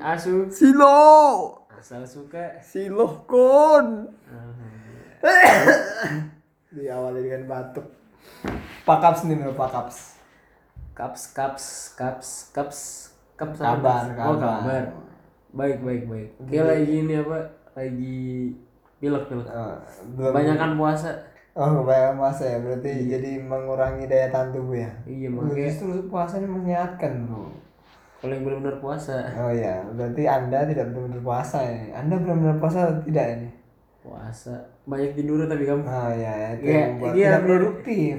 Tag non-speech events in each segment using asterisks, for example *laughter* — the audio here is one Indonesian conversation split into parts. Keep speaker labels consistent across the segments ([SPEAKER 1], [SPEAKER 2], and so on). [SPEAKER 1] asu
[SPEAKER 2] Silo.
[SPEAKER 1] asal suka
[SPEAKER 2] Silo kon. Diawali dengan kan batuk. Pakaps nih Mel, pakaps.
[SPEAKER 1] kaps kaps kaps kaps kaps
[SPEAKER 2] Kabar,
[SPEAKER 1] apa? oh
[SPEAKER 2] kabar.
[SPEAKER 1] kabar baik baik baik dia lagi ini apa lagi pilek pilek
[SPEAKER 2] Eh, belum-
[SPEAKER 1] kebanyakan puasa
[SPEAKER 2] Oh, kebanyakan puasa ya. Berarti jadi mengurangi daya tahan tubuh ya.
[SPEAKER 1] iya
[SPEAKER 2] Lu
[SPEAKER 1] makanya
[SPEAKER 2] Justru puasa ini menyehatkan, Bro.
[SPEAKER 1] kalau yang benar-benar puasa
[SPEAKER 2] Oh iya, berarti Anda tidak benar-benar puasa ya. Anda benar-benar puasa atau tidak ini?
[SPEAKER 1] puasa banyak tidur tapi kamu
[SPEAKER 2] Oh iya, itu
[SPEAKER 1] Iya,
[SPEAKER 2] yang membuat
[SPEAKER 1] iya,
[SPEAKER 2] tidak
[SPEAKER 1] benar.
[SPEAKER 2] produktif.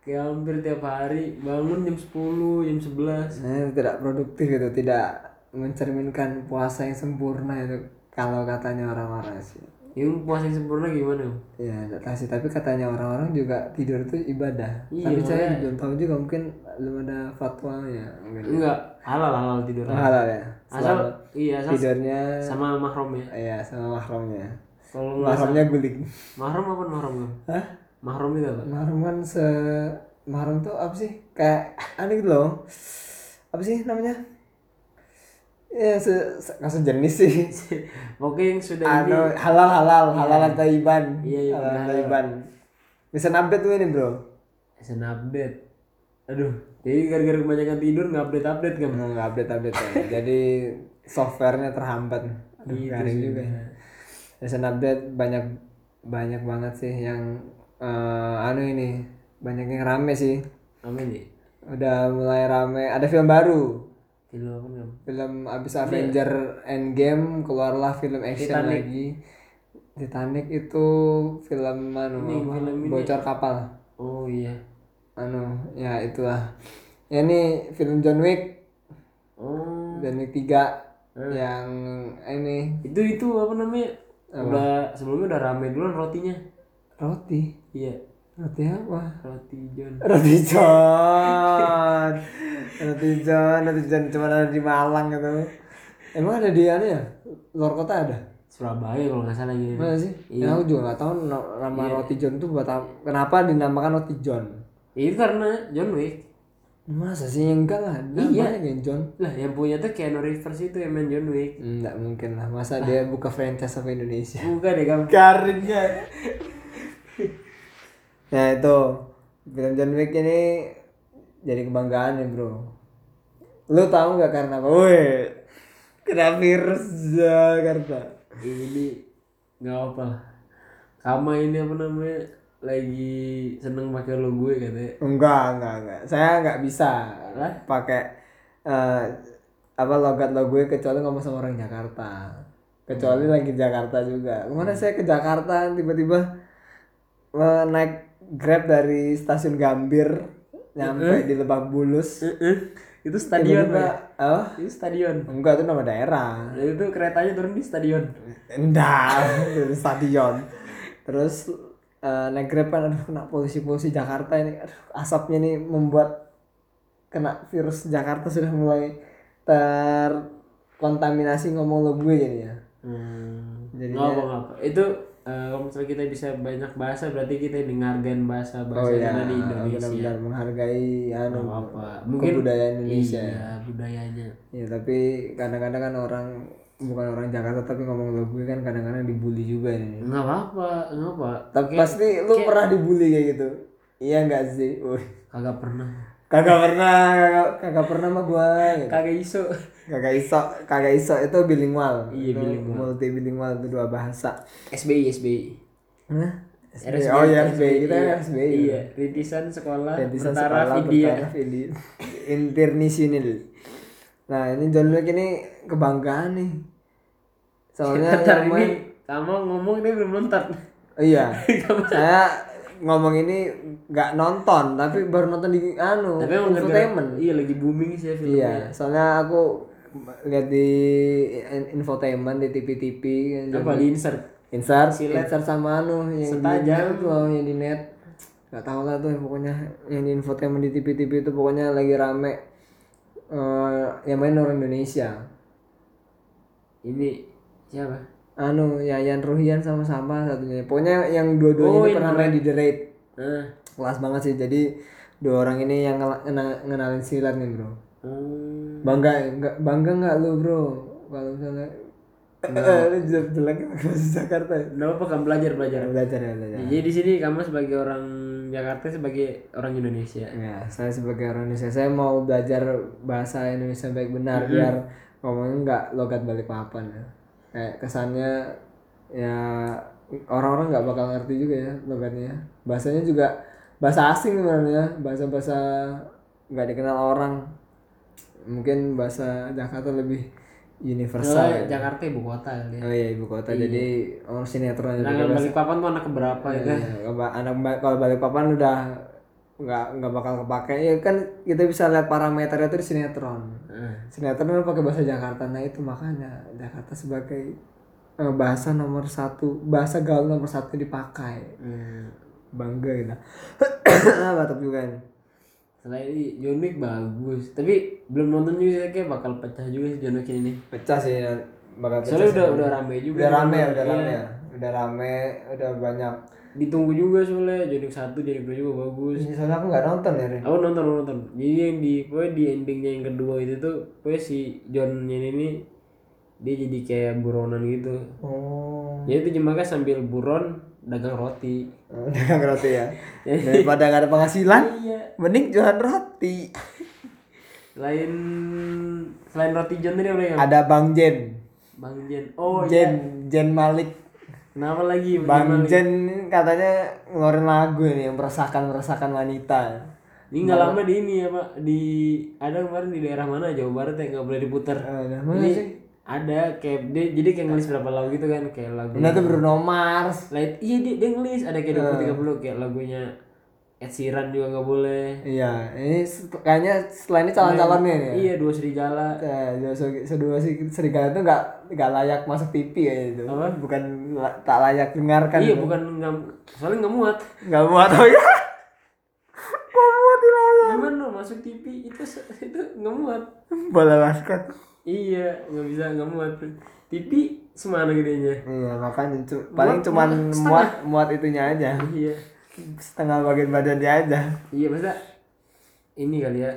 [SPEAKER 1] kayak hampir tiap hari bangun jam 10 jam 11
[SPEAKER 2] Nah, tidak produktif itu tidak mencerminkan puasa yang sempurna itu kalau katanya orang-orang sih.
[SPEAKER 1] yang puasa yang sempurna gimana Om?
[SPEAKER 2] Ya, tidak tahu sih, tapi katanya orang-orang juga tidur itu ibadah.
[SPEAKER 1] Iya,
[SPEAKER 2] tapi saya belum tahu juga mungkin belum ada fatwanya. Mungkin.
[SPEAKER 1] enggak halal halal tidur
[SPEAKER 2] Halal ya.
[SPEAKER 1] Iya. asal
[SPEAKER 2] Selama
[SPEAKER 1] iya asal
[SPEAKER 2] tidurnya
[SPEAKER 1] sama mahrom ya
[SPEAKER 2] ya sama mahramnya.
[SPEAKER 1] kalau nggak
[SPEAKER 2] Mahramnya guling.
[SPEAKER 1] mahrom apa mahrom kamu
[SPEAKER 2] Hah?
[SPEAKER 1] mahrom itu apa *laughs*
[SPEAKER 2] Mahrum kan se mahrum tuh apa sih? Kayak *laughs* aneh gitu loh. Apa sih namanya? Ya, se, se, nggak sejenis sih.
[SPEAKER 1] Oke yang sudah ini
[SPEAKER 2] Anu, halal halal halal atau iban
[SPEAKER 1] Iya, iya,
[SPEAKER 2] halal
[SPEAKER 1] benar.
[SPEAKER 2] atau iban bisa update tuh ini bro
[SPEAKER 1] Sen update. Aduh, jadi gara-gara kebanyakan tidur nggak update update kan? kamu.
[SPEAKER 2] nggak nggak update update ya.
[SPEAKER 1] *laughs*
[SPEAKER 2] jadi softwarenya terhambat Aduh,
[SPEAKER 1] Gitu
[SPEAKER 2] garing
[SPEAKER 1] sih.
[SPEAKER 2] juga bisa update banyak banyak banget sih yang eh, anu ini banyak yang rame sih
[SPEAKER 1] Amin nih.
[SPEAKER 2] udah mulai rame ada film baru
[SPEAKER 1] Tidur apa kamu?
[SPEAKER 2] film abis Avenger Endgame keluarlah film action
[SPEAKER 1] Iya. Titanic.
[SPEAKER 2] lagi Titanic itu film anu apa?
[SPEAKER 1] film
[SPEAKER 2] bocor kapal
[SPEAKER 1] Oh iya.
[SPEAKER 2] anu ya itulah ya ini film John Wick
[SPEAKER 1] Oh
[SPEAKER 2] John Wick 3 yang ini
[SPEAKER 1] itu itu apa namanya? Udah sebelumnya udah rame duluan rotinya.
[SPEAKER 2] roti
[SPEAKER 1] Iya
[SPEAKER 2] roti apa
[SPEAKER 1] roti John.
[SPEAKER 2] roti John roti John roti John cuma ada di Malang gitu emang ada di anu ya luar kota ada
[SPEAKER 1] Surabaya kalau nggak salah gitu.
[SPEAKER 2] mana sih ya aku juga nggak tahu no- nama roti John tuh buat apa- kenapa dinamakan roti John
[SPEAKER 1] Itu Iya, karena John Wick.
[SPEAKER 2] masa sih enggak lah namanya iya. John
[SPEAKER 1] Lah yang punya tuh Keanu Reeves itu yang main John Wick.
[SPEAKER 2] Enggak mungkin lah masa dia buka franchise sama Indonesia
[SPEAKER 1] Bukan deh kamu.
[SPEAKER 2] garingnya nah itu film John Wick ini jadi kebanggaan ya bro lu tahu nggak karena apa woi kena virus ya, Jakarta
[SPEAKER 1] ini nggak apa lah Kama ini apa namanya lagi seneng pakai lo gue katanya
[SPEAKER 2] enggak enggak enggak saya nggak bisa pakai eh, apa logat lo gue kecuali ngomong sama orang Jakarta kecuali lagi Jakarta juga kemana saya ke Jakarta tiba-tiba eh, naik grab dari stasiun Gambir nyampe di Lebak Bulus
[SPEAKER 1] itu stadion Iya, ya? Pak.
[SPEAKER 2] oh
[SPEAKER 1] itu stadion
[SPEAKER 2] enggak itu nama daerah
[SPEAKER 1] Dan itu keretanya turun di stadion
[SPEAKER 2] enggak dari Nah, *laughs* stadion terus eh, naik grab kan aduh kena polusi-polusi Jakarta ini aduh, asapnya nih membuat kena virus Jakarta sudah mulai terkontaminasi ngomong lo gue jadinya
[SPEAKER 1] hmm, nggak apa nggak apa itu eh, kalau misalnya kita bisa banyak bahasa berarti kita ini ngargain bahasa bahasa yang ada Oh, iya. di Indonesia
[SPEAKER 2] kan? benar-benar menghargai anu
[SPEAKER 1] Nggak apa mungkin
[SPEAKER 2] budaya Indonesia
[SPEAKER 1] iya budayanya
[SPEAKER 2] ya tapi kadang-kadang kan orang bukan orang Jakarta tapi ngomong lo gue kan kadang-kadang dibully juga ini
[SPEAKER 1] nggak apa apa nggak apa
[SPEAKER 2] tapi pasti lu pernah dibully kayak gitu iya enggak sih Wih.
[SPEAKER 1] kagak pernah
[SPEAKER 2] kagak pernah kagak, kagak pernah mah gua gitu.
[SPEAKER 1] kagak iso
[SPEAKER 2] kagak iso kagak iso itu bilingual
[SPEAKER 1] Iya,
[SPEAKER 2] Itu
[SPEAKER 1] bilingual.
[SPEAKER 2] multibilingual itu dua bahasa
[SPEAKER 1] SBI SBI
[SPEAKER 2] Hah? SBI. oh ya SBI kita kan SBI
[SPEAKER 1] Iya, rintisan sekolah
[SPEAKER 2] Rentisan
[SPEAKER 1] bertaraf
[SPEAKER 2] sekolah
[SPEAKER 1] India.
[SPEAKER 2] bertaraf India internasional nah ini John Wick ini kebanggaan nih soalnya
[SPEAKER 1] Ntar
[SPEAKER 2] yang
[SPEAKER 1] ini
[SPEAKER 2] Iya, main-
[SPEAKER 1] kamu ngomong dia belum nonton.
[SPEAKER 2] Oh,
[SPEAKER 1] *laughs*
[SPEAKER 2] iya saya ngomong ini nggak nonton tapi baru nonton di anu
[SPEAKER 1] Iya. Tapi emang gara-gara-
[SPEAKER 2] infotainment
[SPEAKER 1] Iya, lagi booming sih ya filmnya.
[SPEAKER 2] Iya, soalnya aku lihat di in- infotainment di TV-TV kan,
[SPEAKER 1] Apa di insert?
[SPEAKER 2] insert insert sama anu yang
[SPEAKER 1] Setajam.
[SPEAKER 2] di net loh, yang di net nggak tahu lah tuh pokoknya yang di infotainment di TV-TV itu pokoknya lagi rame eh yang main orang Indonesia
[SPEAKER 1] Ini siapa?
[SPEAKER 2] anu Yayan Ruhian sama-sama satunya pokoknya yang dua-duanya
[SPEAKER 1] Oh,
[SPEAKER 2] itu pernah main di The Raid
[SPEAKER 1] Ah.
[SPEAKER 2] kelas banget sih jadi dua orang ini yang ngela- ngena- ngenalin silat nih bro
[SPEAKER 1] Hmm.
[SPEAKER 2] bangga nggak bangga nggak lu bro kalau misalnya eh, jelek jelek bahasa Jakarta ya.
[SPEAKER 1] Nggak apa kamu belajar belajar.
[SPEAKER 2] belajar ya belajar
[SPEAKER 1] Jadi di sini kamu sebagai orang Jakarta sebagai orang Indonesia.
[SPEAKER 2] ya saya sebagai orang Indonesia saya mau belajar bahasa Indonesia baik benar biar ngomongnya nggak logat balik papan ya kayak kesannya ya orang-orang nggak bakal ngerti juga ya logatnya bahasanya juga bahasa asing sebenarnya bahasa bahasa nggak dikenal orang mungkin bahasa Jakarta lebih universal gitu.
[SPEAKER 1] Soalnya Jakarta ibu kota kali ya.
[SPEAKER 2] Oh iya ibu kota jadi orang sinetron juga
[SPEAKER 1] Nah, Balikpapan tuh anak keberapa ya kan?
[SPEAKER 2] Iya, keba- anak ba- kalau Balikpapan udah nggak nggak bakal kepake ya kan kita bisa lihat parameternya itu di sinetron
[SPEAKER 1] Heeh.
[SPEAKER 2] sinetron kan pakai bahasa Jakarta nah itu makanya Jakarta sebagai eh, bahasa nomor satu bahasa gaul nomor satu dipakai
[SPEAKER 1] Hmm.
[SPEAKER 2] bangga *coughs* kita Ah, batuk juga nih
[SPEAKER 1] Setelah ini John Wick bagus, tapi belum nonton juga sih, kayak bakal pecah juga sih John Wick ini.
[SPEAKER 2] pecah sih bakal
[SPEAKER 1] Soalnya udah udah rame juga. Iya.
[SPEAKER 2] udah rame udah rame udah banyak
[SPEAKER 1] Ditunggu juga soalnya John Wick satu, John Wick dua juga bagus.
[SPEAKER 2] soalnya aku nggak nonton ya Rin.
[SPEAKER 1] Aku nonton aku nonton. Jadi yang di pokoknya di endingnya yang kedua itu tuh pokoknya si John ini nih dia jadi kayak buronan gitu.
[SPEAKER 2] oh
[SPEAKER 1] Jadi itu jemaahnya sambil buron dagang roti.
[SPEAKER 2] *laughs* dagang roti ya daripada nggak ada penghasilan
[SPEAKER 1] Iya.
[SPEAKER 2] mending jualan roti
[SPEAKER 1] Selain selain roti John tadi apa yang
[SPEAKER 2] ada bang Jen
[SPEAKER 1] Bang Jen. Oh iya.
[SPEAKER 2] Jen Jen Malik
[SPEAKER 1] Kenapa lagi?
[SPEAKER 2] bang Jen katanya ngeluarin lagu ini yang meresahkan meresahkan wanita
[SPEAKER 1] Ini nggak lama di ini ya pak di ada kemarin di daerah mana Jawa Barat ya nggak boleh diputar.
[SPEAKER 2] Eh,
[SPEAKER 1] Ini ada kayak dia jadi kayak ngelis berapa lagu gitu kan kayak lagu.
[SPEAKER 2] nah itu Bruno Mars
[SPEAKER 1] Light iya dia, dia ngelis ada kayak dua tiga puluh kayak lagunya Ed Sheeran juga nggak boleh.
[SPEAKER 2] iya ini set- kayaknya setelah ini calon-calonnya nih ya
[SPEAKER 1] Iya dua serigala.
[SPEAKER 2] Eh, dua se- Sedua si serigala itu nggak nggak layak masuk TV ya itu bukan la- tak layak dengarkan ya.
[SPEAKER 1] Iya bukan nggak soalnya nggak muat.
[SPEAKER 2] nggak muat oh ya *laughs* nggak muat ini.
[SPEAKER 1] Gimana masuk TV itu se- *laughs* itu nggak muat.
[SPEAKER 2] bola basket
[SPEAKER 1] Iya nggak bisa nggak muat. TV semana gedenya.
[SPEAKER 2] Iya makanya cu- paling cuman muat muat itunya aja
[SPEAKER 1] Iya
[SPEAKER 2] setengah bagian badannya aja.
[SPEAKER 1] iya masa ini kali ya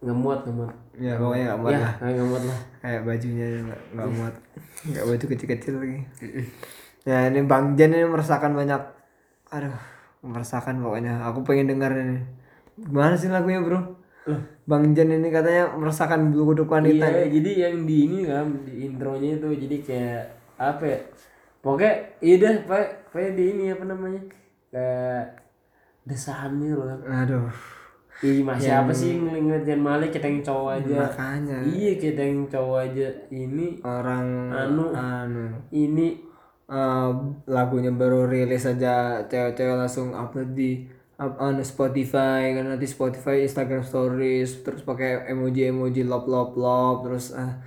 [SPEAKER 1] nggak muat nggak muat.
[SPEAKER 2] Ya pokoknya nggak muat
[SPEAKER 1] Ya, kayak nggak muat lah.
[SPEAKER 2] Kayak bajunya nggak nggak muat, nggak baju kecil-kecil lagi. Nah ini Bang Jen ini meresahkan banyak. Aduh meresahkan pokoknya. Aku pengen denger ini. Gimana sih lagunya bro? Bang Jen ini katanya meresahkan bulu kuduk wanita.
[SPEAKER 1] Iya, jadi yang di ini kan di intronya itu jadi kayak apa ya? Pokoknya iya dah, pak, pokoknya di ini apa namanya? Kayak desahannya loh kan.
[SPEAKER 2] Aduh
[SPEAKER 1] Ih, masih apa sih ngeliat ngeliat Jan Malik kita yang cowok aja.
[SPEAKER 2] makanya
[SPEAKER 1] Iya, kita yang cowok aja. Ini
[SPEAKER 2] orang
[SPEAKER 1] Anu.
[SPEAKER 2] anu
[SPEAKER 1] ini
[SPEAKER 2] Eh, lagunya baru rilis aja cewek-cewek langsung upload di up on Spotify kan nanti Spotify Instagram Stories terus pakai emoji emoji lop lop lop terus ah,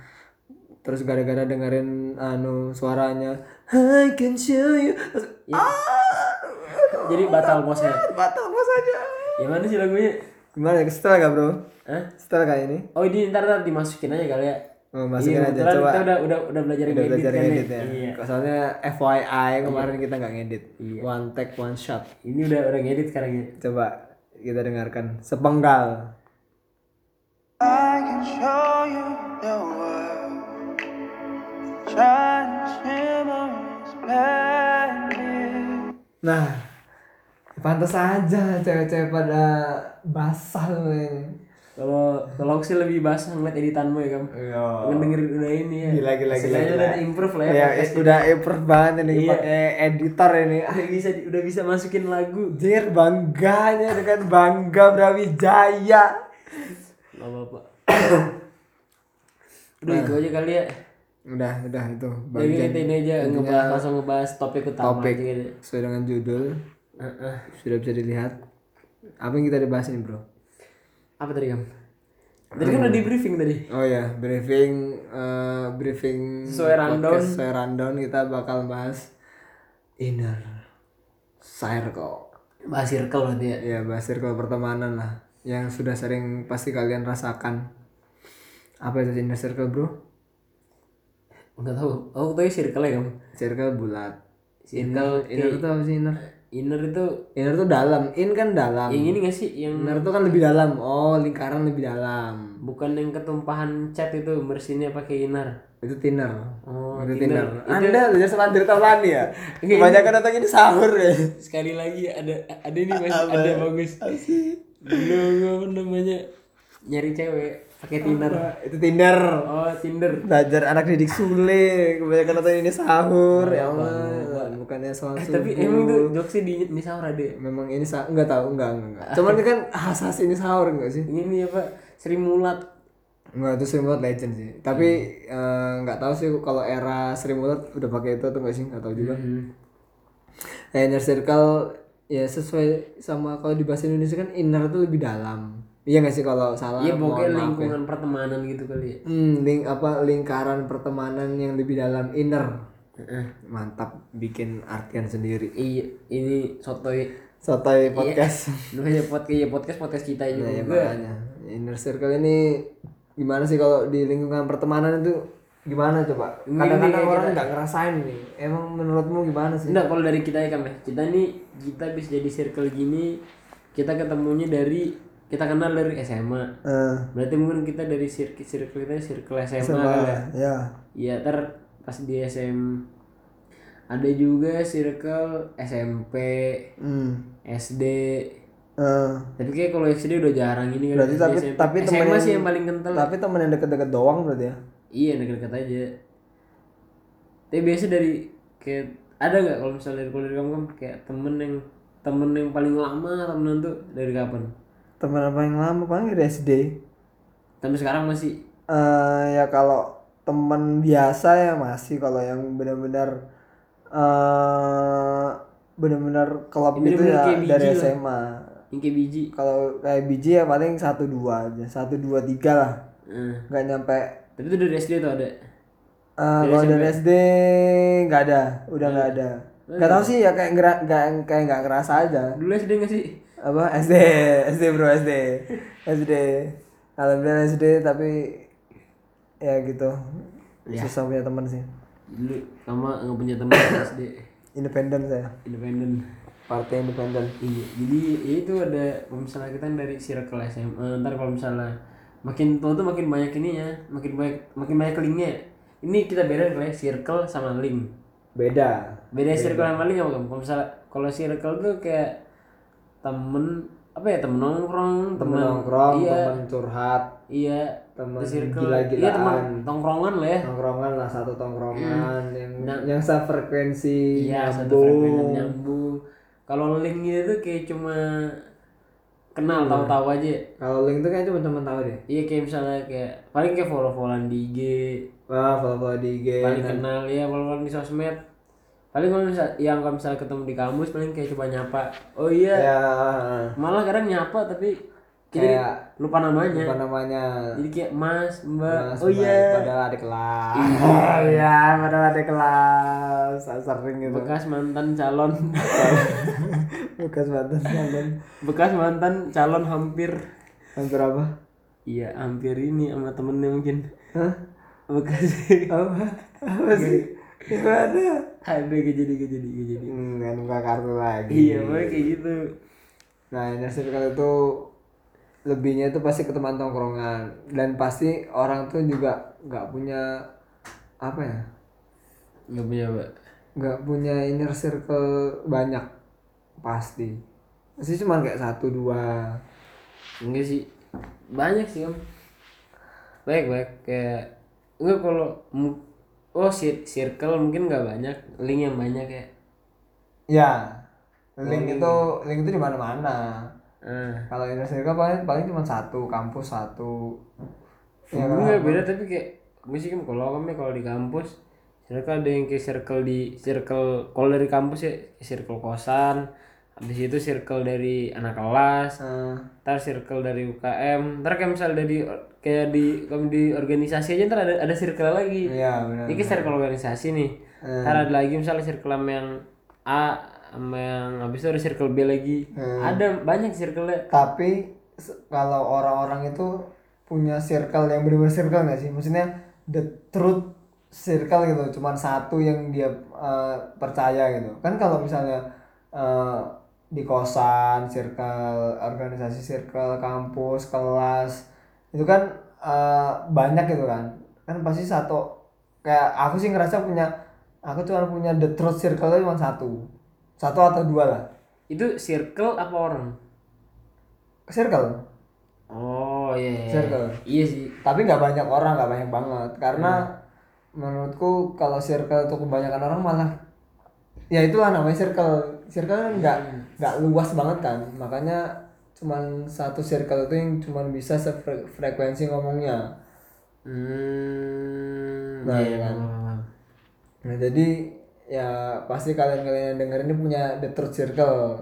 [SPEAKER 2] terus gara-gara dengerin anu suaranya I can show you Terus,
[SPEAKER 1] Iya.
[SPEAKER 2] ah,
[SPEAKER 1] jadi batal bosnya.
[SPEAKER 2] batal bos aja
[SPEAKER 1] Yang mana sih lagunya?
[SPEAKER 2] gimana setelah gak bro
[SPEAKER 1] Hah?
[SPEAKER 2] setelah kayak ini
[SPEAKER 1] Oh, ini ntar, ntar dimasukin aja kali ya.
[SPEAKER 2] Oh, masukin
[SPEAKER 1] Iya,
[SPEAKER 2] aja
[SPEAKER 1] kebetulan
[SPEAKER 2] coba
[SPEAKER 1] Kita udah udah udah belajar
[SPEAKER 2] udah
[SPEAKER 1] ngedit
[SPEAKER 2] belajar
[SPEAKER 1] kan
[SPEAKER 2] ngedit
[SPEAKER 1] ya.
[SPEAKER 2] ya
[SPEAKER 1] Iya.
[SPEAKER 2] soalnya FYI kemarin kita nggak ngedit one take one shot
[SPEAKER 1] Ini udah udah ngedit sekarang ya.
[SPEAKER 2] Coba kita dengarkan sepenggal.
[SPEAKER 3] I can show you the world. Trying to shimmer is blinding.
[SPEAKER 2] Nah, pantas aja cewek-cewek pada basah loh ini.
[SPEAKER 1] Kalau kalau aku sih lebih bahas ngeliat editanmu ya kamu. Pengen dengerin udah ini ya.
[SPEAKER 2] Iya. Gila, gila, gila,
[SPEAKER 1] Istilahnya
[SPEAKER 2] gila.
[SPEAKER 1] udah improve lah ya.
[SPEAKER 2] Ya,
[SPEAKER 1] podcast.
[SPEAKER 2] udah effort banget ini
[SPEAKER 1] Iya.
[SPEAKER 2] pakai editor ini.
[SPEAKER 1] *laughs* Udah bisa udah bisa masukin lagu.
[SPEAKER 2] Anjir, bangganya dengan bangga Brawijaya.
[SPEAKER 1] Gak apa-apa. *coughs* udah itu aja kali ya.
[SPEAKER 2] Udah, udah itu.
[SPEAKER 1] Jadi
[SPEAKER 2] Bangga.
[SPEAKER 1] kita ini aja ngebahas langsung ngebahas topik utama
[SPEAKER 2] ya. Topik.
[SPEAKER 1] aja gitu.
[SPEAKER 2] Sesuai dengan judul
[SPEAKER 1] Heeh.
[SPEAKER 2] sudah bisa dilihat. Apa yang kita dibahas ini, Bro?
[SPEAKER 1] Apa tadi kamu? Tadi kan udah di briefing tadi.
[SPEAKER 2] Oh ya, briefing eh, briefing
[SPEAKER 1] Sesuai rundown.
[SPEAKER 2] podcast, sesuai rundown kita bakal bahas inner circle.
[SPEAKER 1] Bahas circle berarti ya.
[SPEAKER 2] Ya, bahas circle pertemanan lah yang sudah sering pasti kalian rasakan. Apa itu inner circle, Bro?
[SPEAKER 1] Enggak tahu. Aku tahu circle ya kamu.
[SPEAKER 2] Circle bulat.
[SPEAKER 1] Circle
[SPEAKER 2] Inner itu apa sih inner?
[SPEAKER 1] inner, inner itu
[SPEAKER 2] inner tuh dalam in kan dalam
[SPEAKER 1] yang ini gak sih yang
[SPEAKER 2] inner tuh kan lebih dalam oh lingkaran lebih dalam
[SPEAKER 1] bukan yang ketumpahan cat itu bersihinnya pakai inner
[SPEAKER 2] itu thinner
[SPEAKER 1] Oh,
[SPEAKER 2] itu
[SPEAKER 1] thinner.
[SPEAKER 2] thinner anda belajar selan dari tahun lalu *laughs* ya kebanyakan datang ini sahur ya
[SPEAKER 1] sekali lagi ada ada ini mas ada bagus dulu gua apa namanya nyari cewek pakai tinder
[SPEAKER 2] itu thinner
[SPEAKER 1] oh tinder
[SPEAKER 2] belajar anak didik sule kebanyakan datang ini sahur ya allah bukannya soal
[SPEAKER 1] eh, tapi emang tuh jokesnya di di sahur ada ya?
[SPEAKER 2] memang ini sahur nggak tahu nggak nggak, *laughs* nggak. cuman ini kan khas khas ini sahur nggak sih
[SPEAKER 1] ini apa Sri Mulat
[SPEAKER 2] Enggak itu Sri Mulat legend sih. Tapi eh, nggak tahu sih kalau era Sri Mulat udah pakai itu atau enggak sih nggak tahu juga. Nah, inner circle ya sesuai sama kalau di bahasa Indonesia kan inner tuh lebih dalam. Iya nggak sih kalau salah?
[SPEAKER 1] iya pokoknya
[SPEAKER 2] mohon maaf ya.
[SPEAKER 1] lingkungan pertemanan gitu kali ya
[SPEAKER 2] Hmm, ling apa lingkaran pertemanan yang lebih dalam inner. Eh, Mantap bikin artian sendiri.
[SPEAKER 1] iya ini ya. sotoy
[SPEAKER 2] Sotoy
[SPEAKER 1] Iya. *laughs*
[SPEAKER 2] podcast.
[SPEAKER 1] namanya podcast ya podcast podcast kita juga
[SPEAKER 2] Ya, makanya inner circle ini gimana sih kalau di lingkungan pertemanan itu gimana coba?
[SPEAKER 1] Ini-
[SPEAKER 2] Kadang-kadang
[SPEAKER 1] ini-
[SPEAKER 2] orang nggak ngerasain nih. Emang menurutmu gimana sih?
[SPEAKER 1] Enggak, kalau dari kita ya kan, Beh. kita nih kita bisa jadi circle gini, kita ketemunya dari kita kenal dari SMA.
[SPEAKER 2] Eh,
[SPEAKER 1] Berarti mungkin kita dari circle circle kita circle SMA. kali ya.
[SPEAKER 2] ya.
[SPEAKER 1] Iya, ter pas di SM ada juga circle SMP,
[SPEAKER 2] Hmm.
[SPEAKER 1] SD.
[SPEAKER 2] Eh,
[SPEAKER 1] Tapi kayak kalau SD udah jarang ini kan.
[SPEAKER 2] Berarti tapi-
[SPEAKER 1] SMP.
[SPEAKER 2] tapi temen
[SPEAKER 1] SMA
[SPEAKER 2] yang-
[SPEAKER 1] sih yang paling kental.
[SPEAKER 2] tapi temen yang deket-deket doang berarti ya?
[SPEAKER 1] Iya, deket-deket aja. Tapi biasa dari kayak ada nggak kalau misalnya dari, kalau dari kamu kan kayak temen yang temen yang paling lama temenan tuh dari kapan?
[SPEAKER 2] Temen apa yang lama paling dari SD.
[SPEAKER 1] Sampai sekarang masih
[SPEAKER 2] Eh ya kalau temen biasa ya masih kalau yang benar-benar eh benar-benar klub
[SPEAKER 1] Yang
[SPEAKER 2] gitu
[SPEAKER 1] benar-benar
[SPEAKER 2] ya
[SPEAKER 1] kayak biji
[SPEAKER 2] dari
[SPEAKER 1] lah.
[SPEAKER 2] SMA.
[SPEAKER 1] yang kayak biji.
[SPEAKER 2] kalau kayak biji ya paling satu dua aja satu dua tiga lah
[SPEAKER 1] Nah,
[SPEAKER 2] nggak nyampe
[SPEAKER 1] tapi itu dari SD tuh ada.
[SPEAKER 2] Eh, kalau dari SD nggak ada udah nggak
[SPEAKER 1] Iya.
[SPEAKER 2] ada nggak tahu sih ya kayak ngera- nggak kayak nggak ngerasa aja
[SPEAKER 1] Dulu SD nggak sih?
[SPEAKER 2] apa SD SD bro SD SD alhamdulillah SD tapi ya gitu susah punya teman sih
[SPEAKER 1] Dulu sama nggak punya *coughs* teman dari SD.
[SPEAKER 2] independen saya
[SPEAKER 1] Independen.
[SPEAKER 2] partai independen
[SPEAKER 1] Iya, jadi ya itu ada kalau misalnya kita dari circle SMA, ntar kalau misalnya makin tua tuh makin banyak ininya, makin banyak makin banyak linknya. Ini kita beda kali ya, circle sama link.
[SPEAKER 2] beda
[SPEAKER 1] Beda circle sama link apa kamu? Kalau misalnya kalau circle tuh kayak temen apa ya temen nongkrong, temen,
[SPEAKER 2] nongkrong
[SPEAKER 1] iya,
[SPEAKER 2] teman curhat
[SPEAKER 1] iya,
[SPEAKER 2] temen
[SPEAKER 1] The circle,
[SPEAKER 2] gila-gilaan.
[SPEAKER 1] iya temen tongkrongan lah ya.
[SPEAKER 2] tongkrongan lah satu tongkrongan yang yang sefrekuensi
[SPEAKER 1] Nah. Iya, satu frekuensi
[SPEAKER 2] nyambung
[SPEAKER 1] nyambung. Kalau link itu tuh kayak cuma kenal tahu-tahu aja.
[SPEAKER 2] kalau link tuh kayaknya cuma teman tahu deh
[SPEAKER 1] Iya kayak misalnya kayak paling kayak follow-followan di IG,
[SPEAKER 2] wah follow follow di IG
[SPEAKER 1] paling kenal ya follow-followan di sosmed. Paling kalau misal yang kalau misalnya ketemu di kampus paling kayak coba nyapa. Oh iya,
[SPEAKER 2] ya
[SPEAKER 1] malah kadang nyapa tapi kita
[SPEAKER 2] Kayak-
[SPEAKER 1] lupa namanya.
[SPEAKER 2] apa namanya
[SPEAKER 1] Jadi kayak Mas, Mbak.
[SPEAKER 2] Mas,
[SPEAKER 1] iya. oh iya.
[SPEAKER 2] padahal ada kelas iya padahal ada kelas sering gitu
[SPEAKER 1] Bekas mantan calon
[SPEAKER 2] *laughs*
[SPEAKER 1] *laughs*
[SPEAKER 2] bekas batas nyaman
[SPEAKER 1] bekas mantan calon hampir
[SPEAKER 2] hampir apa
[SPEAKER 1] iya hampir ini sama temennya mungkin
[SPEAKER 2] Hah?
[SPEAKER 1] bekas
[SPEAKER 2] apa apa sih gimana
[SPEAKER 1] ada kejadi kejadi kejadi
[SPEAKER 2] hmm, kan buka kartu lagi
[SPEAKER 1] iya pokoknya kayak gitu
[SPEAKER 2] Nah, inner circle itu lebihnya itu pasti ke teman tongkrongan dan pasti orang tuh juga nggak punya apa ya?
[SPEAKER 1] nggak punya mbak
[SPEAKER 2] nggak punya inner circle banyak pasti. Pasti cuma kayak satu dua.
[SPEAKER 1] enggak sih banyak sih om banyak banyak kayak enggak kalau mu- oh cir- circle mungkin nggak banyak link yang banyak ya
[SPEAKER 2] Ya. Link itu link itu di mana-mana.
[SPEAKER 1] ah
[SPEAKER 2] Kalau inner circle paling paling cuma satu, kampus satu. Ya, kan?
[SPEAKER 1] enggak beda tapi kayak gue sih kan kalau kami kalau di kampus circle ada yang kayak circle di circle kalau dari kampus ya circle kosan habis itu circle dari anak kelas
[SPEAKER 2] Eh,
[SPEAKER 1] ntar circle dari UKM ntar kayak misal dari kayak di kamu di organisasi aja ntar ada ada circle lagi
[SPEAKER 2] Iya, benar.
[SPEAKER 1] ini kan circle organisasi nih ntar ada lagi misalnya circle sama yang A sama yang habis itu ada circle B lagi
[SPEAKER 2] Iya.
[SPEAKER 1] ada banyak circle nya
[SPEAKER 2] tapi se- kalau orang-orang itu punya circle yang benar-benar circle nggak sih maksudnya the truth circle gitu cuman satu yang dia eh, percaya gitu kan kalau misalnya eh, di kosan, circle, organisasi circle, kampus, kelas itu kan eh, banyak gitu kan kan pasti satu kayak aku sih ngerasa punya aku cuma punya the truth circle itu cuma satu satu atau dua lah
[SPEAKER 1] Itu circle apa orang?
[SPEAKER 2] circle
[SPEAKER 1] Oh iya. iya.
[SPEAKER 2] Circle.
[SPEAKER 1] Iya sih.
[SPEAKER 2] tapi nggak banyak orang nggak banyak banget karena menurutku kalau circle tuh kebanyakan orang malah ya itulah namanya circle circle kan nggak nggak luas banget kan makanya cuman satu circle itu yang cuman bisa sefrekuensi ngomongnya
[SPEAKER 1] Hmm.
[SPEAKER 2] Nah,
[SPEAKER 1] iya,
[SPEAKER 2] iya kan.
[SPEAKER 1] paham, paham.
[SPEAKER 2] nah jadi ya pasti kalian-kalian yang denger ini punya the truth circle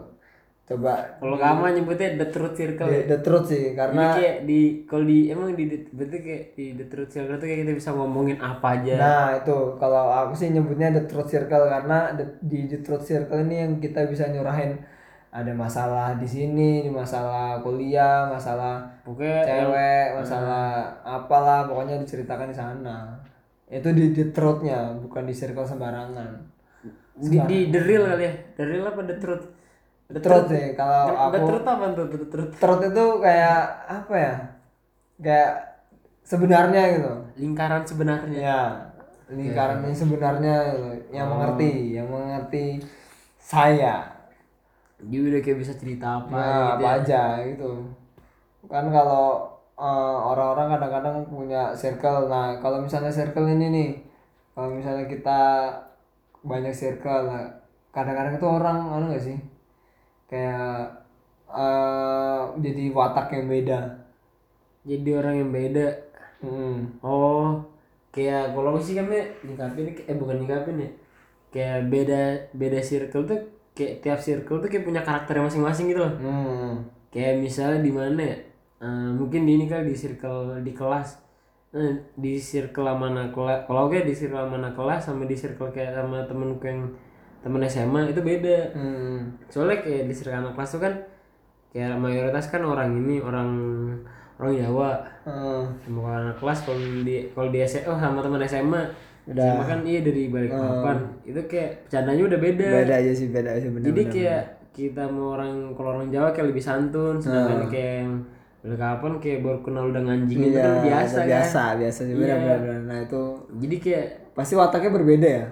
[SPEAKER 2] coba
[SPEAKER 1] Kalau kamu nyebutnya the truth circle.
[SPEAKER 2] the, the truth
[SPEAKER 1] Jadi
[SPEAKER 2] sih Iya, karena
[SPEAKER 1] kayak di kalau di emang di berarti kayak di the truth circle tuh kayak kita bisa ngomongin apa aja.
[SPEAKER 2] Nah itu kalau aku sih nyebutnya the truth circle karena the- di the truth circle ini yang kita bisa nyurahin ada masalah di sini, di masalah kuliah, masalah
[SPEAKER 1] Pokoknya
[SPEAKER 2] cewek, masalah apalah pokoknya diceritakan di sana. Itu di the truth-nya, bukan di circle sembarangan.
[SPEAKER 1] di, di the real kali ya. The real apa the truth? The,
[SPEAKER 2] The truth sih kalau
[SPEAKER 1] the
[SPEAKER 2] aku
[SPEAKER 1] truth apa tuh the truth?
[SPEAKER 2] truth itu kayak apa ya? Kayak sebenarnya gitu.
[SPEAKER 1] Lingkaran sebenarnya.
[SPEAKER 2] ya lingkaran yang sebenarnya gitu, yang mengerti yang mengerti saya
[SPEAKER 1] Dia udah kayak bisa cerita apa.
[SPEAKER 2] nah, apa aja gitu kan kalau eh, orang-orang kadang-kadang punya circle nah kalau misalnya circle ini nih kalau misalnya kita banyak circle nah, kadang-kadang itu orang anu gak sih kayak eh, jadi watak yang beda
[SPEAKER 1] Jadi orang yang beda.
[SPEAKER 2] Mm.
[SPEAKER 1] Oh, kayak kalau aku sih kami nyikapin eh bukan nyikapin ya. Kayak beda beda circle tuh kayak tiap circle tuh kayak punya karakternya masing-masing gitu loh.
[SPEAKER 2] Mm.
[SPEAKER 1] Kayak misalnya di mana ya? eh, mungkin di ini kali di circle di kelas. Eh, di circle sama anak kelas. Kalau gue di circle sama anak kelas sama di circle kayak sama temenku yang temen SMA itu beda.
[SPEAKER 2] Mm.
[SPEAKER 1] Soalnya kayak di circle anak kelas tuh kan kayak mayoritas kan orang ini orang orang Jawa
[SPEAKER 2] Mm.
[SPEAKER 1] sama kalau anak kelas kalau di kalau di SMA oh, sama teman SMA
[SPEAKER 2] Udah.
[SPEAKER 1] SMA kan iya dari balik papan itu kayak bercandanya udah beda,
[SPEAKER 2] beda aja sih beda aja bener
[SPEAKER 1] jadi kayak kita mau orang kalau orang Jawa kayak lebih santun
[SPEAKER 2] Ah.
[SPEAKER 1] sedangkan kayak yang balik papan kayak baru kenal udah anjing itu kan biasa,
[SPEAKER 2] Iya, udah
[SPEAKER 1] kan
[SPEAKER 2] biasa biasa sih benar benar benar. nah itu
[SPEAKER 1] jadi kayak
[SPEAKER 2] pasti wataknya berbeda ya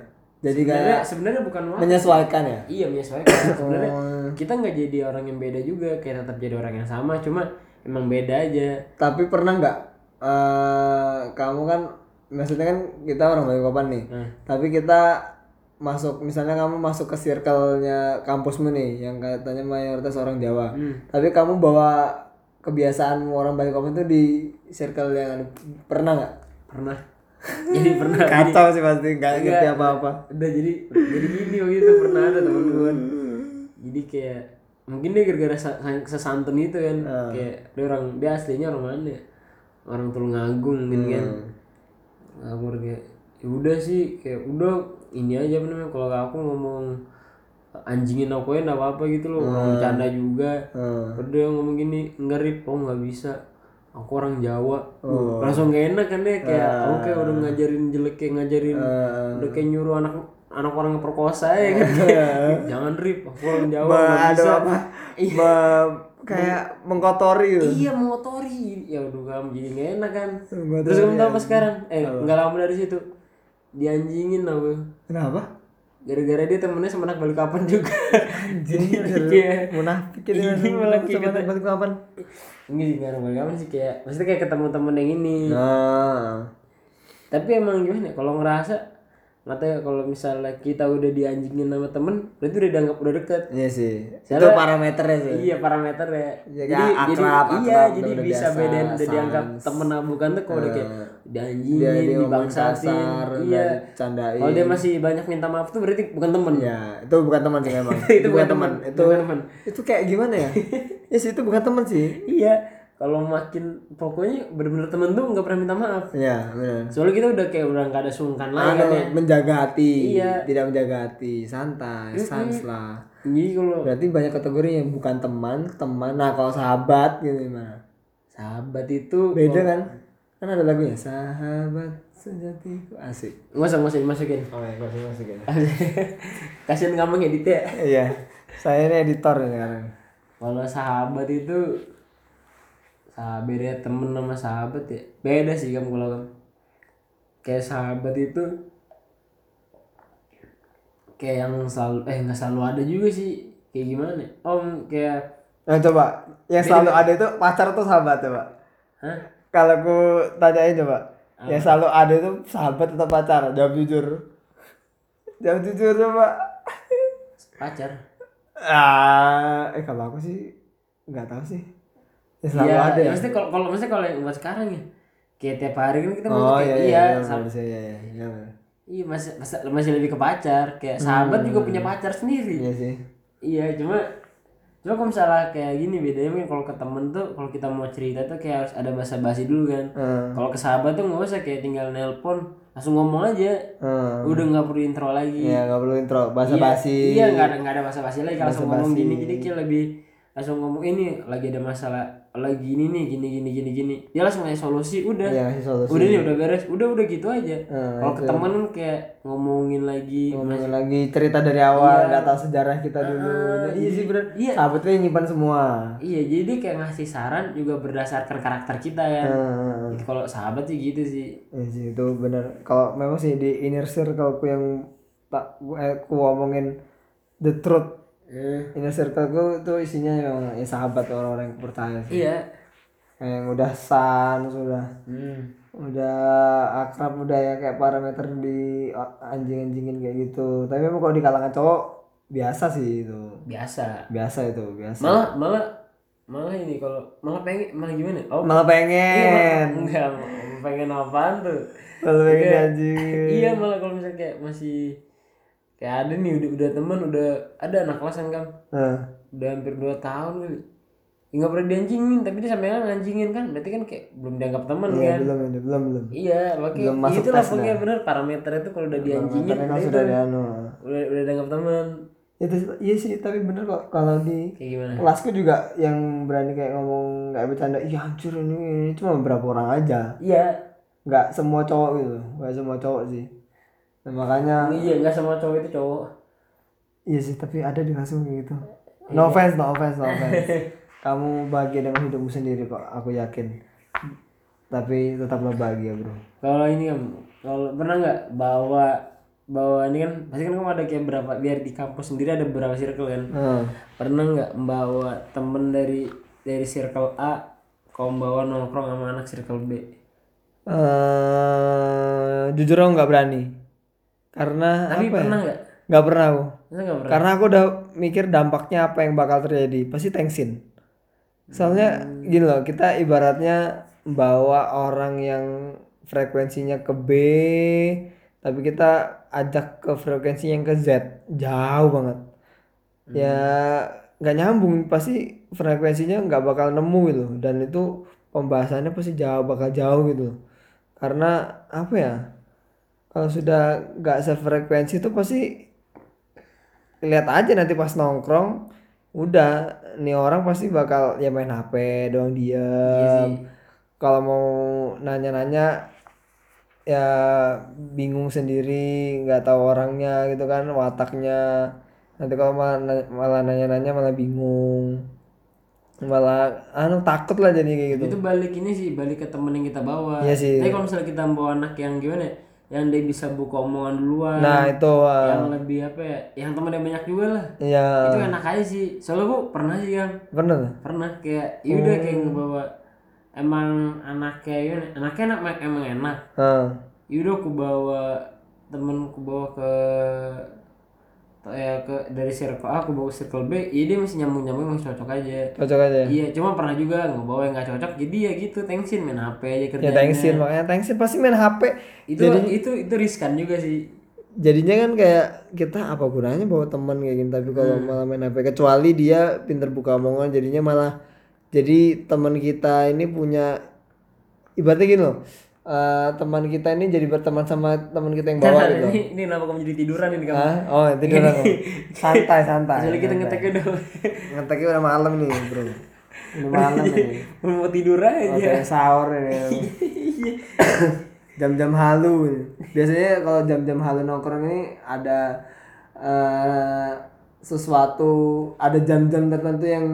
[SPEAKER 2] jadi kayak
[SPEAKER 1] sebenarnya sebenarnya bukan wah
[SPEAKER 2] menyesuaikan ya Oh,
[SPEAKER 1] iya menyesuaikan sebenarnya kita nggak jadi orang yang beda juga kayak tetap jadi orang yang sama cuma emang beda aja
[SPEAKER 2] tapi pernah nggak eh kamu kan maksudnya kan kita orang Balikpapan nih
[SPEAKER 1] Hmm.
[SPEAKER 2] tapi kita masuk misalnya kamu masuk ke circle-nya kampusmu nih yang katanya mayoritas orang Jawa tapi kamu bawa kebiasaan orang Balikpapan tuh di circle yang ada- pernah nggak
[SPEAKER 1] pernah *laughs* jadi Iya. pernah
[SPEAKER 2] kacau sih pasti nggak ngerti apa apa
[SPEAKER 1] udah jadi jadi gini waktu itu pernah ada temen gue jadi kayak mungkin dia gara-gara sa- sesantun itu kan kayak dia orang dia aslinya orang mana ya? orang Tulungagung mungkin kan ngawur kayak ya udah sih kayak udah ini aja apa namanya kalau aku ngomong anjingin aku ya apa apa gitu loh orang bercanda juga Terus dia ngomong gini enggak rip oh nggak bisa aku orang Jawa langsung gak enak kan deh kayak oke udah ngajarin jelek kayak ngajarin udah kayak nyuruh anak anak orang perkosa ya kan Kayak, *laughs* jangan rip aku orang Jawa nggak
[SPEAKER 2] ada
[SPEAKER 1] bisa
[SPEAKER 2] apa Be- Iya. *laughs* kayak mengkotori gitu
[SPEAKER 1] iya mengotori ya udah kamu jadi gak enak kan
[SPEAKER 2] Hmm.
[SPEAKER 1] terus kamu tahu apa sekarang eh nggak lama dari situ dianjingin aku
[SPEAKER 2] kenapa
[SPEAKER 1] gara-gara dia temennya sama anak balikapan juga *laughs* jadi kayak
[SPEAKER 2] munafik
[SPEAKER 1] Iya,
[SPEAKER 2] ya dia
[SPEAKER 1] malah
[SPEAKER 2] sama
[SPEAKER 1] kayak
[SPEAKER 2] sama tempat kapan
[SPEAKER 1] ini sih nggak balikapan sih kayak maksudnya kayak ketemu temen yang ini
[SPEAKER 2] nah
[SPEAKER 1] tapi emang gimana ya, kalau ngerasa nggak tahu ya, kalau misalnya kita udah dianjingin sama temen berarti udah dianggap udah deket
[SPEAKER 2] iya sih itu
[SPEAKER 1] Soalnya-
[SPEAKER 2] parameternya sih
[SPEAKER 1] iya parameter ya
[SPEAKER 2] Ya, kayak akrab,
[SPEAKER 1] jadi
[SPEAKER 2] akrab,
[SPEAKER 1] iya
[SPEAKER 2] udah-
[SPEAKER 1] jadi
[SPEAKER 2] udah
[SPEAKER 1] bisa
[SPEAKER 2] biasa,
[SPEAKER 1] bedain udah dianggap
[SPEAKER 2] sans. Iya.
[SPEAKER 1] temen apa bukan tuh kalau udah kayak
[SPEAKER 2] dia
[SPEAKER 1] dianjingin
[SPEAKER 2] dia ngomong
[SPEAKER 1] dibangsatin
[SPEAKER 2] kasar
[SPEAKER 1] iya
[SPEAKER 2] iya candain
[SPEAKER 1] kalau dia masih banyak minta maaf tuh berarti bukan temen
[SPEAKER 2] ya itu bukan teman sih memang
[SPEAKER 1] *laughs* itu bukan temen
[SPEAKER 2] itu
[SPEAKER 1] bukan temen
[SPEAKER 2] itu kayak gimana
[SPEAKER 1] *laughs*
[SPEAKER 2] ya ya sih itu bukan teman sih
[SPEAKER 1] iya kalau makin pokoknya bener-bener temen tuh nggak pernah minta maaf
[SPEAKER 2] ya benar
[SPEAKER 1] soalnya kita udah kayak udah nggak ada sungkan lagi
[SPEAKER 2] Anu,
[SPEAKER 1] kan ya
[SPEAKER 2] menjaga hati
[SPEAKER 1] Iya.
[SPEAKER 2] tidak menjaga hati santai sans lah
[SPEAKER 1] jadi kalau
[SPEAKER 2] Berarti banyak kategori yang bukan teman, teman. Nah, kalau sahabat gitu gimana?
[SPEAKER 1] sahabat itu
[SPEAKER 2] Beda kan? Kan ada lagunya sahabat sejatiku asik.
[SPEAKER 1] *laughs* nggak usah nggak usah dimasukin
[SPEAKER 2] Oh, ya, masih masih gitu.
[SPEAKER 1] kasian kamu ngedit ya
[SPEAKER 2] Iya. Saya ini editor nih sekarang.
[SPEAKER 1] Kalau sahabat itu sahabat ya temen sama sahabat ya beda sih kamu kalau kamu kayak sahabat itu kayak yang selalu eh nggak selalu ada juga sih kayak gimana ya? om kayak
[SPEAKER 2] Nah, coba yang selalu ada itu pacar tuh sahabat coba.
[SPEAKER 1] hah
[SPEAKER 2] Kalau ku tanyain coba, yang selalu ada itu sahabat atau pacar? Jawab jujur. Jawab jujur coba.
[SPEAKER 1] pacar
[SPEAKER 2] Ah, eh kalau aku sih nggak tahu sih. Ya selalu
[SPEAKER 1] Iya,
[SPEAKER 2] ada ya.
[SPEAKER 1] Maksudnya kalau kalau maksudnya kalau yang buat sekarang ya, kayak tiap hari kan kita masih
[SPEAKER 2] Oh iya
[SPEAKER 1] kayak
[SPEAKER 2] iya
[SPEAKER 1] iya,
[SPEAKER 2] iya
[SPEAKER 1] sam-
[SPEAKER 2] iya iya iya iya
[SPEAKER 1] iya, masih, masih masih lebih ke pacar, kayak sahabat juga
[SPEAKER 2] Hmm.
[SPEAKER 1] punya pacar sendiri.
[SPEAKER 2] iya sih.
[SPEAKER 1] Iya, cuma cuma kalau misalnya kayak gini bedanya mungkin kalau ke temen tuh kalau kita mau cerita tuh kayak harus ada basa basi dulu kan.
[SPEAKER 2] Eh,
[SPEAKER 1] Kalau ke sahabat tuh nggak usah kayak tinggal nelpon, langsung ngomong aja.
[SPEAKER 2] eh.
[SPEAKER 1] Udah nggak perlu intro lagi.
[SPEAKER 2] Iya nggak perlu intro bahasa basi.
[SPEAKER 1] Iya nggak ada nggak ada basa-basi lagi kalau langsung ngomong gini jadi kayak lebih langsung ngomong ini lagi ada masalah lagi ini nih gini gini gini gini dia langsung ngasih solusi udah
[SPEAKER 2] Iya ngasih solusi.
[SPEAKER 1] udah nih udah beres udah udah gitu aja
[SPEAKER 2] Eh,
[SPEAKER 1] kalau ke temen kan kayak ngomongin lagi
[SPEAKER 2] Ngomongin lagi cerita dari awal, nggak tahu sejarah kita dulu. iya sih bener.
[SPEAKER 1] Nah, iya.
[SPEAKER 2] Sahabatnya nyimpan semua.
[SPEAKER 1] iya jadi dia kayak ngasih saran juga berdasarkan karakter kita ya
[SPEAKER 2] Eh,
[SPEAKER 1] Jadi kalau sahabat sih gitu sih
[SPEAKER 2] Iya sih itu bener. Kalau memang sih di inner circle ku yang tak ku- eh, ku omongin the truth.
[SPEAKER 1] Eh.
[SPEAKER 2] Inner circle ku tuh isinya yang ya, sahabat orang-orang yang percaya sih.
[SPEAKER 1] iya
[SPEAKER 2] Kayak yang udah san, sudah
[SPEAKER 1] Hmm.
[SPEAKER 2] udah akrab udah ya kayak parameter di anjing-anjingin kayak gitu tapi memang kalau di kalangan cowok biasa sih itu
[SPEAKER 1] biasa
[SPEAKER 2] biasa itu biasa
[SPEAKER 1] malah malah malah ini kalau malah pengen malah gimana oh iya,
[SPEAKER 2] malah pengen
[SPEAKER 1] enggak pengen apaan tuh
[SPEAKER 2] malah pengen
[SPEAKER 1] Iya.
[SPEAKER 2] anjing
[SPEAKER 1] iya malah kalau misalnya kayak masih kayak ada nih udah, udah teman udah ada anak kosan kan
[SPEAKER 2] Heeh.
[SPEAKER 1] udah hampir 2 tahun kali Ya, nggak pernah dianjingin tapi dia sampai nganjingin kan berarti kan kayak belum dianggap teman
[SPEAKER 2] Ya,
[SPEAKER 1] kan
[SPEAKER 2] belum ini belum belum
[SPEAKER 1] iya makanya
[SPEAKER 2] Belum masuk
[SPEAKER 1] itulah
[SPEAKER 2] tes
[SPEAKER 1] pokoknya bener parameternya tuh kalau udah dianjingin
[SPEAKER 2] karena kan
[SPEAKER 1] berarti
[SPEAKER 2] sudah
[SPEAKER 1] udah
[SPEAKER 2] ada anu
[SPEAKER 1] udah, udah dianggap teman
[SPEAKER 2] itu sih- iya sih tapi bener kok kalau di
[SPEAKER 1] kayak gimana
[SPEAKER 2] kelasku juga yang berani kayak ngomong nggak bercanda iya hancur ini, ini cuma beberapa orang aja
[SPEAKER 1] iya
[SPEAKER 2] nggak semua cowok gitu nggak semua cowok sih nah, makanya
[SPEAKER 1] iya nggak sama cowok itu cowok
[SPEAKER 2] Iya sih, tapi ada di kelasku kayak gitu.
[SPEAKER 1] Iya.
[SPEAKER 2] No offense, no offense, no offense. *laughs* Kamu bahagia dengan hidupmu sendiri kok, aku yakin. Tapi tetaplah bahagia, Bro.
[SPEAKER 1] kalau ini kan kalau pernah nggak bawa bawa ini kan pasti kan kamu ada kayak berapa biar di kampus sendiri ada berapa circle kan
[SPEAKER 2] Heeh.
[SPEAKER 1] pernah nggak membawa temen dari dari circle A kau bawa nongkrong sama anak circle B
[SPEAKER 2] Eh, jujur aku nggak berani. Karena ya?
[SPEAKER 1] tapi pernah nggak
[SPEAKER 2] nggak pernah aku.
[SPEAKER 1] masa nggak pernah
[SPEAKER 2] Karena aku udah mikir dampaknya apa yang bakal terjadi. Pasti tensin. Soalnya gini loh, kita ibaratnya bawa orang yang frekuensinya ke B, tapi kita ajak ke frekuensi yang ke Z. Jauh banget. Ya nggak nyambung pasti frekuensinya nggak bakal nemu gitu dan itu pembahasannya pasti jauh bakal jauh gitu karena apa ya kalau sudah nggak sefrekuensi itu pasti lihat aja nanti pas nongkrong udah nih orang pasti bakal ya main HP doang
[SPEAKER 1] Iya
[SPEAKER 2] diam kalau mau nanya-nanya ya bingung sendiri nggak tahu orangnya gitu kan wataknya nanti kalau malah na- malah nanya-nanya malah bingung malah anu takut lah jadi kayak gitu
[SPEAKER 1] itu balik ini sih balik ke temen yang kita bawa
[SPEAKER 2] Iya sih.
[SPEAKER 1] tapi kalau misalnya kita bawa anak yang gimana ya, yang dia bisa buka omongan duluan
[SPEAKER 2] nah itu Wak.
[SPEAKER 1] yang lebih apa ya yang temennya banyak juga lah
[SPEAKER 2] ya
[SPEAKER 1] itu enak aja sih soalnya gua pernah sih yang
[SPEAKER 2] bener tuh.
[SPEAKER 1] pernah kayak ya udah
[SPEAKER 2] Oh.
[SPEAKER 1] kayak ngebawa emang anaknya gimana anaknya enak Mak. emang enak
[SPEAKER 2] Heeh.
[SPEAKER 1] Yaudah aku bawa temen aku bawa ke ya ke dari circle A aku bawa ke circle B ya dia masih nyambung nyambung masih cocok aja
[SPEAKER 2] cocok aja ya,
[SPEAKER 1] iya cuma pernah juga nggak bawa yang nggak cocok jadi ya gitu tensin main HP
[SPEAKER 2] Ya,
[SPEAKER 1] aja kerja
[SPEAKER 2] thanksin makanya thanksin pasti main HP
[SPEAKER 1] itu itu itu riskan juga sih
[SPEAKER 2] jadinya kan kayak kita apa gunanya bawa teman kayak gini tapi kalau malah main HP kecuali dia pinter buka omongan jadinya malah jadi teman kita ini punya ibaratnya gini loh eh, teman kita ini jadi berteman sama teman kita yang bawa
[SPEAKER 1] Nah,
[SPEAKER 2] gitu
[SPEAKER 1] ini ini kenapa kamu jadi tiduran ini kamu
[SPEAKER 2] Hah? oh tidur aku *laughs* santai santai
[SPEAKER 1] Soalnya kita
[SPEAKER 2] iya.
[SPEAKER 1] ngetek udah
[SPEAKER 2] ngeteknya udah malam nih bro udah malam nih
[SPEAKER 1] *laughs* mau tidur aja
[SPEAKER 2] Oke, sahur ini. jam-jam halu. Biasanya kalau jam-jam halu nongkrong ini ada eh sesuatu ada jam-jam tertentu yang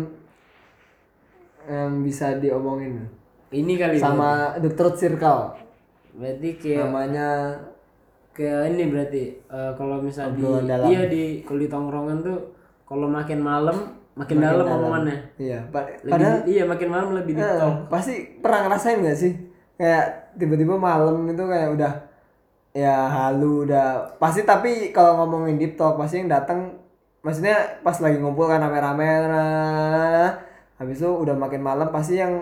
[SPEAKER 2] yang bisa diomongin
[SPEAKER 1] ini kali
[SPEAKER 2] sama The Truth Circle
[SPEAKER 1] berarti kayak
[SPEAKER 2] namanya
[SPEAKER 1] kayak ini berarti eh, kalau misalnya di
[SPEAKER 2] Obrolan dalam.
[SPEAKER 1] iya di kalau di tongkrongan tuh kalau makin malam makin, dalam omongannya
[SPEAKER 2] iya pa-
[SPEAKER 1] Lebih
[SPEAKER 2] padahal
[SPEAKER 1] di- iya makin malam lebih di
[SPEAKER 2] eh, pasti pernah ngerasain gak sih kayak tiba-tiba malam itu kayak udah ya halu udah pasti tapi kalau ngomongin deep talk pasti yang datang maksudnya pas lagi ngumpul kan rame-rame nah, habis itu udah makin malam pasti yang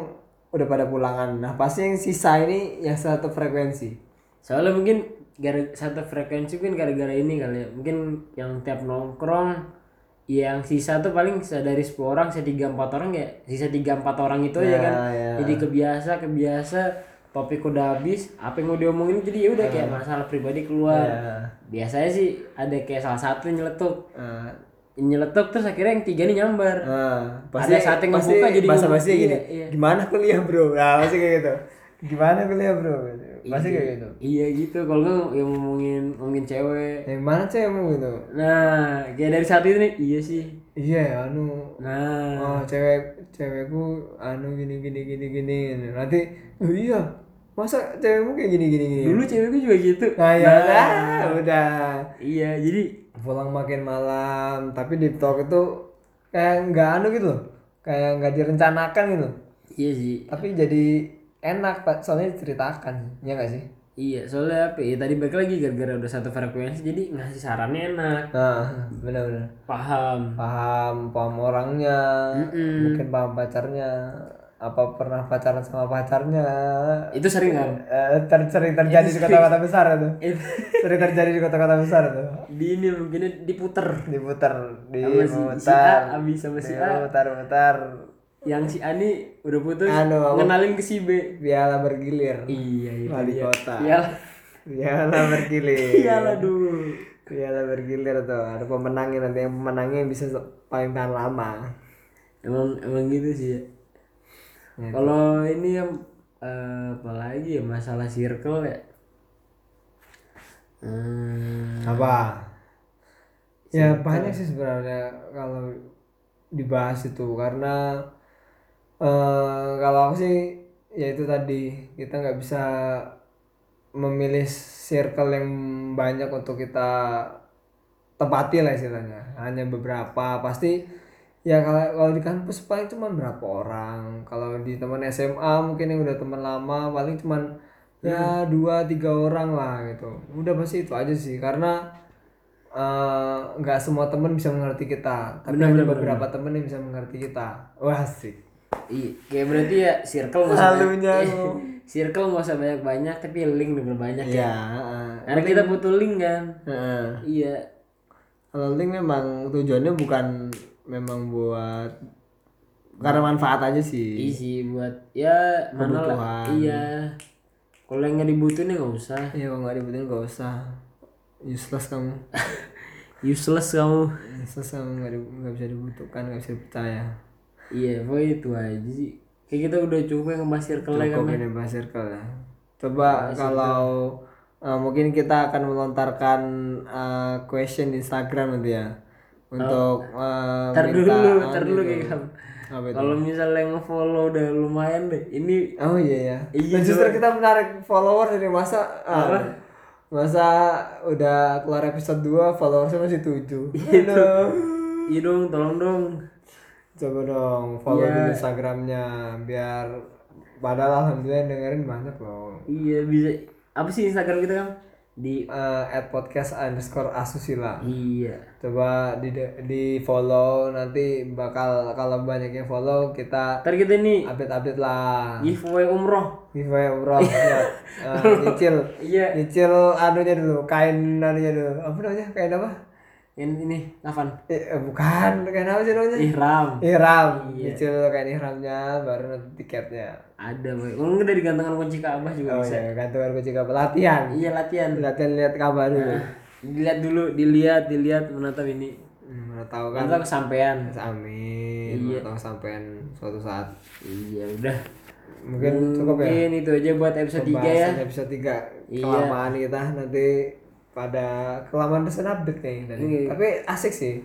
[SPEAKER 2] udah pada pulangan nah pasti yang sisa ini yang satu frekuensi
[SPEAKER 1] soalnya mungkin gara satu frekuensi mungkin gara-gara ini kali ya mungkin yang tiap nongkrong iya, yang sisa tuh paling bisa dari 10 orang sisa tiga empat orang ya sisa tiga empat orang itu ya kan
[SPEAKER 2] ya.
[SPEAKER 1] jadi kebiasa kebiasa topik udah habis apa yang mau diomongin jadi ya udah kayak masalah pribadi keluar
[SPEAKER 2] Ya.
[SPEAKER 1] biasanya sih ada kayak salah satu nyeletuk
[SPEAKER 2] Eh,
[SPEAKER 1] nyeletuk terus akhirnya yang tiga nih nyambar
[SPEAKER 2] eh,
[SPEAKER 1] Ada saat yang
[SPEAKER 2] pasti
[SPEAKER 1] ngebuka jadi
[SPEAKER 2] bahasa basi
[SPEAKER 1] ngebuka, iya,
[SPEAKER 2] gini
[SPEAKER 1] iya.
[SPEAKER 2] gimana kuliah bro nah pasti kayak gitu gimana kuliah bro pasti kayak gitu
[SPEAKER 1] iya gitu kalau nggak yang ngomongin ngomongin cewek
[SPEAKER 2] yang mana sih emang gitu
[SPEAKER 1] nah kayak dari satu itu nih iya sih
[SPEAKER 2] iya anu
[SPEAKER 1] nah
[SPEAKER 2] oh cewek cewekku anu gini gini gini gini nanti oh iya masa cewekmu kayak gini gini gini
[SPEAKER 1] dulu cewekku juga gitu
[SPEAKER 2] nah ya lah, udah
[SPEAKER 1] iya jadi
[SPEAKER 2] pulang makin malam tapi di talk itu kayak nggak anu gitu loh kayak nggak direncanakan gitu
[SPEAKER 1] Iya sih.
[SPEAKER 2] tapi jadi enak Pak. soalnya diceritakan ya nggak sih
[SPEAKER 1] Iya, soalnya apa ya, tadi balik lagi gara-gara udah satu frekuensi jadi ngasih sarannya enak,
[SPEAKER 2] nah benar-benar
[SPEAKER 1] paham.
[SPEAKER 2] paham paham orangnya mungkin paham pacarnya apa pernah pacaran sama pacarnya
[SPEAKER 1] Itu sering kan? *laughs*
[SPEAKER 2] Eh, ter sering terjadi di kota-kota besar itu sering terjadi di kota-kota besar itu
[SPEAKER 1] di ini mungkin diputer
[SPEAKER 2] diputar
[SPEAKER 1] sama si, si A
[SPEAKER 2] diputar
[SPEAKER 1] habis sama si A.
[SPEAKER 2] diputar putar
[SPEAKER 1] Yang si A nih udah putus,
[SPEAKER 2] Anu, apa?
[SPEAKER 1] ngenalin ke si B.
[SPEAKER 2] piala bergilir
[SPEAKER 1] Iya, iya.
[SPEAKER 2] wali kota
[SPEAKER 1] Iya.
[SPEAKER 2] piala bergilir
[SPEAKER 1] Iyalah dulu.
[SPEAKER 2] piala bergilir tuh ada pemenangnya nanti yang pemenangnya yang bisa paling tahan lama
[SPEAKER 1] Emang emang gitu sih. ya. Kalau ini yang eh, apa lagi ya masalah circle ya. Hmm,
[SPEAKER 2] apa ya banyak sih sebenarnya kalau dibahas itu karena eh kalau aku sih ya itu tadi kita nggak bisa memilih circle yang banyak untuk kita tempati lah istilahnya hanya beberapa pasti ya kalau kalau di kampus paling cuman berapa orang kalau di teman SMA mungkin yang udah teman lama paling cuman ya dua tiga orang lah gitu udah pasti itu aja sih karena eh, nggak semua teman bisa mengerti kita tapi hanya beberapa teman yang bisa mengerti kita wah sih
[SPEAKER 1] Iya, kayak berarti ya circle nggak usah
[SPEAKER 2] Halunya
[SPEAKER 1] banyak-
[SPEAKER 2] lu. *laughs*
[SPEAKER 1] circle nggak usah banyak banyak tapi link bener banyak ya.
[SPEAKER 2] ya
[SPEAKER 1] Karena kita butuh link kan. Iya.
[SPEAKER 2] kalau link memang tujuannya bukan memang buat karena manfaat aja sih
[SPEAKER 1] Isi buat ya mana lah. Iya. Kalau yang nggak dibutuhin ya nggak usah.
[SPEAKER 2] Iya kalau nggak dibutuhin nggak usah useless kamu
[SPEAKER 1] Useless kamu.
[SPEAKER 2] useless kamu nggak di- nggak bisa dibutuhkan nggak bisa dipercaya
[SPEAKER 1] Iya, boy itu aja sih. Kayak kita udah cukup yang ngebahas circle ya kan.
[SPEAKER 2] cukup ini bahas circle ya
[SPEAKER 1] Iya,
[SPEAKER 2] coba kalau eh, mungkin kita akan melontarkan eh, question di Instagram nanti ya untuk eh,
[SPEAKER 1] Oh. Ntar
[SPEAKER 2] minta-
[SPEAKER 1] dulu,
[SPEAKER 2] ah,
[SPEAKER 1] ntar dulu
[SPEAKER 2] gitu.
[SPEAKER 1] kayak kamu.
[SPEAKER 2] apa itu
[SPEAKER 1] Kalau misalnya yang follow udah lumayan deh. Ini
[SPEAKER 2] oh iya ya
[SPEAKER 1] Iya,
[SPEAKER 2] Nah, justru kita menarik follower dari masa ah, masa udah keluar episode 2 followersnya masih 7 Aduh.
[SPEAKER 1] iya dong, tolong dong.
[SPEAKER 2] Coba dong follow
[SPEAKER 1] Iya.
[SPEAKER 2] dulu Instagramnya biar padahal alhamdulillah yang dengerin banyak loh.
[SPEAKER 1] Iya bisa. Apa sih Instagram kita kan? Di
[SPEAKER 2] Eh, At podcast underscore asusila.
[SPEAKER 1] iya.
[SPEAKER 2] Coba di di follow nanti bakal kalau banyak yang follow kita
[SPEAKER 1] Ntar kita nih
[SPEAKER 2] update update lah.
[SPEAKER 1] giveaway umroh
[SPEAKER 2] Giveaway umroh *laughs* ya. Eh, nyicil
[SPEAKER 1] iya
[SPEAKER 2] nyicil anunya dulu kain anunya dulu apa namanya kain apa?
[SPEAKER 1] ini ini kapan
[SPEAKER 2] Eh, eh, bukan kain apa sih namanya?
[SPEAKER 1] ihram
[SPEAKER 2] Ihram, nyicil kain ihramnya baru nanti tiketnya.
[SPEAKER 1] ada boy kalau nggak dari gantengan kunci Ka'bah juga
[SPEAKER 2] Oh
[SPEAKER 1] bisa
[SPEAKER 2] iya, gantungan kunci kapal latihan.
[SPEAKER 1] iya latihan
[SPEAKER 2] Latihan lihat kabar dulu.
[SPEAKER 1] dilihat dulu dilihat dilihat menatap ini
[SPEAKER 2] Hmm, Mana tahu kan.
[SPEAKER 1] menatap kesampaian
[SPEAKER 2] Amin. Mana tahu sampean suatu saat.
[SPEAKER 1] iya udah
[SPEAKER 2] Mungkin cukup ya.
[SPEAKER 1] mungkin itu aja buat episode 3 ya Iya.
[SPEAKER 2] Bahasannya episode 3 kelamaan kita
[SPEAKER 1] Iya.
[SPEAKER 2] nanti pada kelamaan dosen update nih tadi. Tapi asik sih.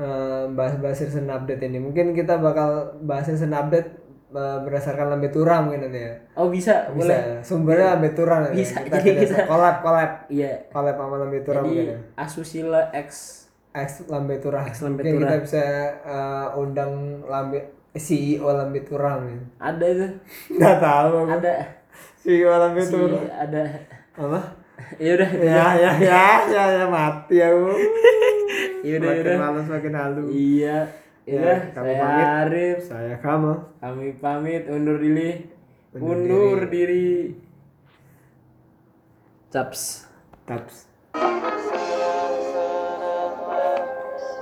[SPEAKER 2] eh, bahas-bahas recent update ini. Mungkin kita bakal bahas recent update eh, berdasarkan Lambe Tura mungkin nanti ya.
[SPEAKER 1] Oh bisa,
[SPEAKER 2] Bisa.
[SPEAKER 1] boleh.
[SPEAKER 2] Sumbernya Lambe Tura nanti.
[SPEAKER 1] Bisa, *laughs*
[SPEAKER 2] Kita
[SPEAKER 1] jadi
[SPEAKER 2] kerjasama.
[SPEAKER 1] kita-
[SPEAKER 2] collab collab
[SPEAKER 1] Iya.
[SPEAKER 2] collab sama Lambe Tura mungkin ya.
[SPEAKER 1] Jadi asusila X
[SPEAKER 2] Ex Lambe Tura.
[SPEAKER 1] Ex Lambe
[SPEAKER 2] Mungkin
[SPEAKER 1] Tura.
[SPEAKER 2] kita bisa eh, undang Lambe CEO Lambe Tura mungkin. *laughs*
[SPEAKER 1] ada itu,
[SPEAKER 2] Nggak tahu. aku.
[SPEAKER 1] ada
[SPEAKER 2] CEO Lambe
[SPEAKER 1] si
[SPEAKER 2] Tura.
[SPEAKER 1] ada.
[SPEAKER 2] Apa?
[SPEAKER 1] Ya udah,
[SPEAKER 2] Ya ya ya ya ya mati aku.
[SPEAKER 1] ya udah, ya
[SPEAKER 2] Makin
[SPEAKER 1] udah.
[SPEAKER 2] malas makin halu.
[SPEAKER 1] Iya. Ya,
[SPEAKER 2] Ya,
[SPEAKER 1] udah,
[SPEAKER 2] kami
[SPEAKER 1] saya
[SPEAKER 2] pamit.
[SPEAKER 1] Arif.
[SPEAKER 2] Saya kamu.
[SPEAKER 1] Kami pamit undur diri.
[SPEAKER 2] Undur
[SPEAKER 1] Undur diri. Caps.
[SPEAKER 2] Taps.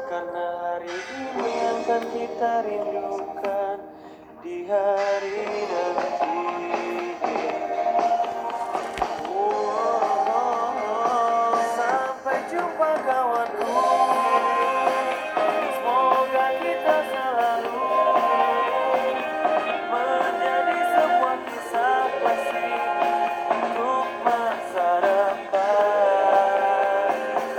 [SPEAKER 3] Karena hari ini yang akan kita rindukan di hari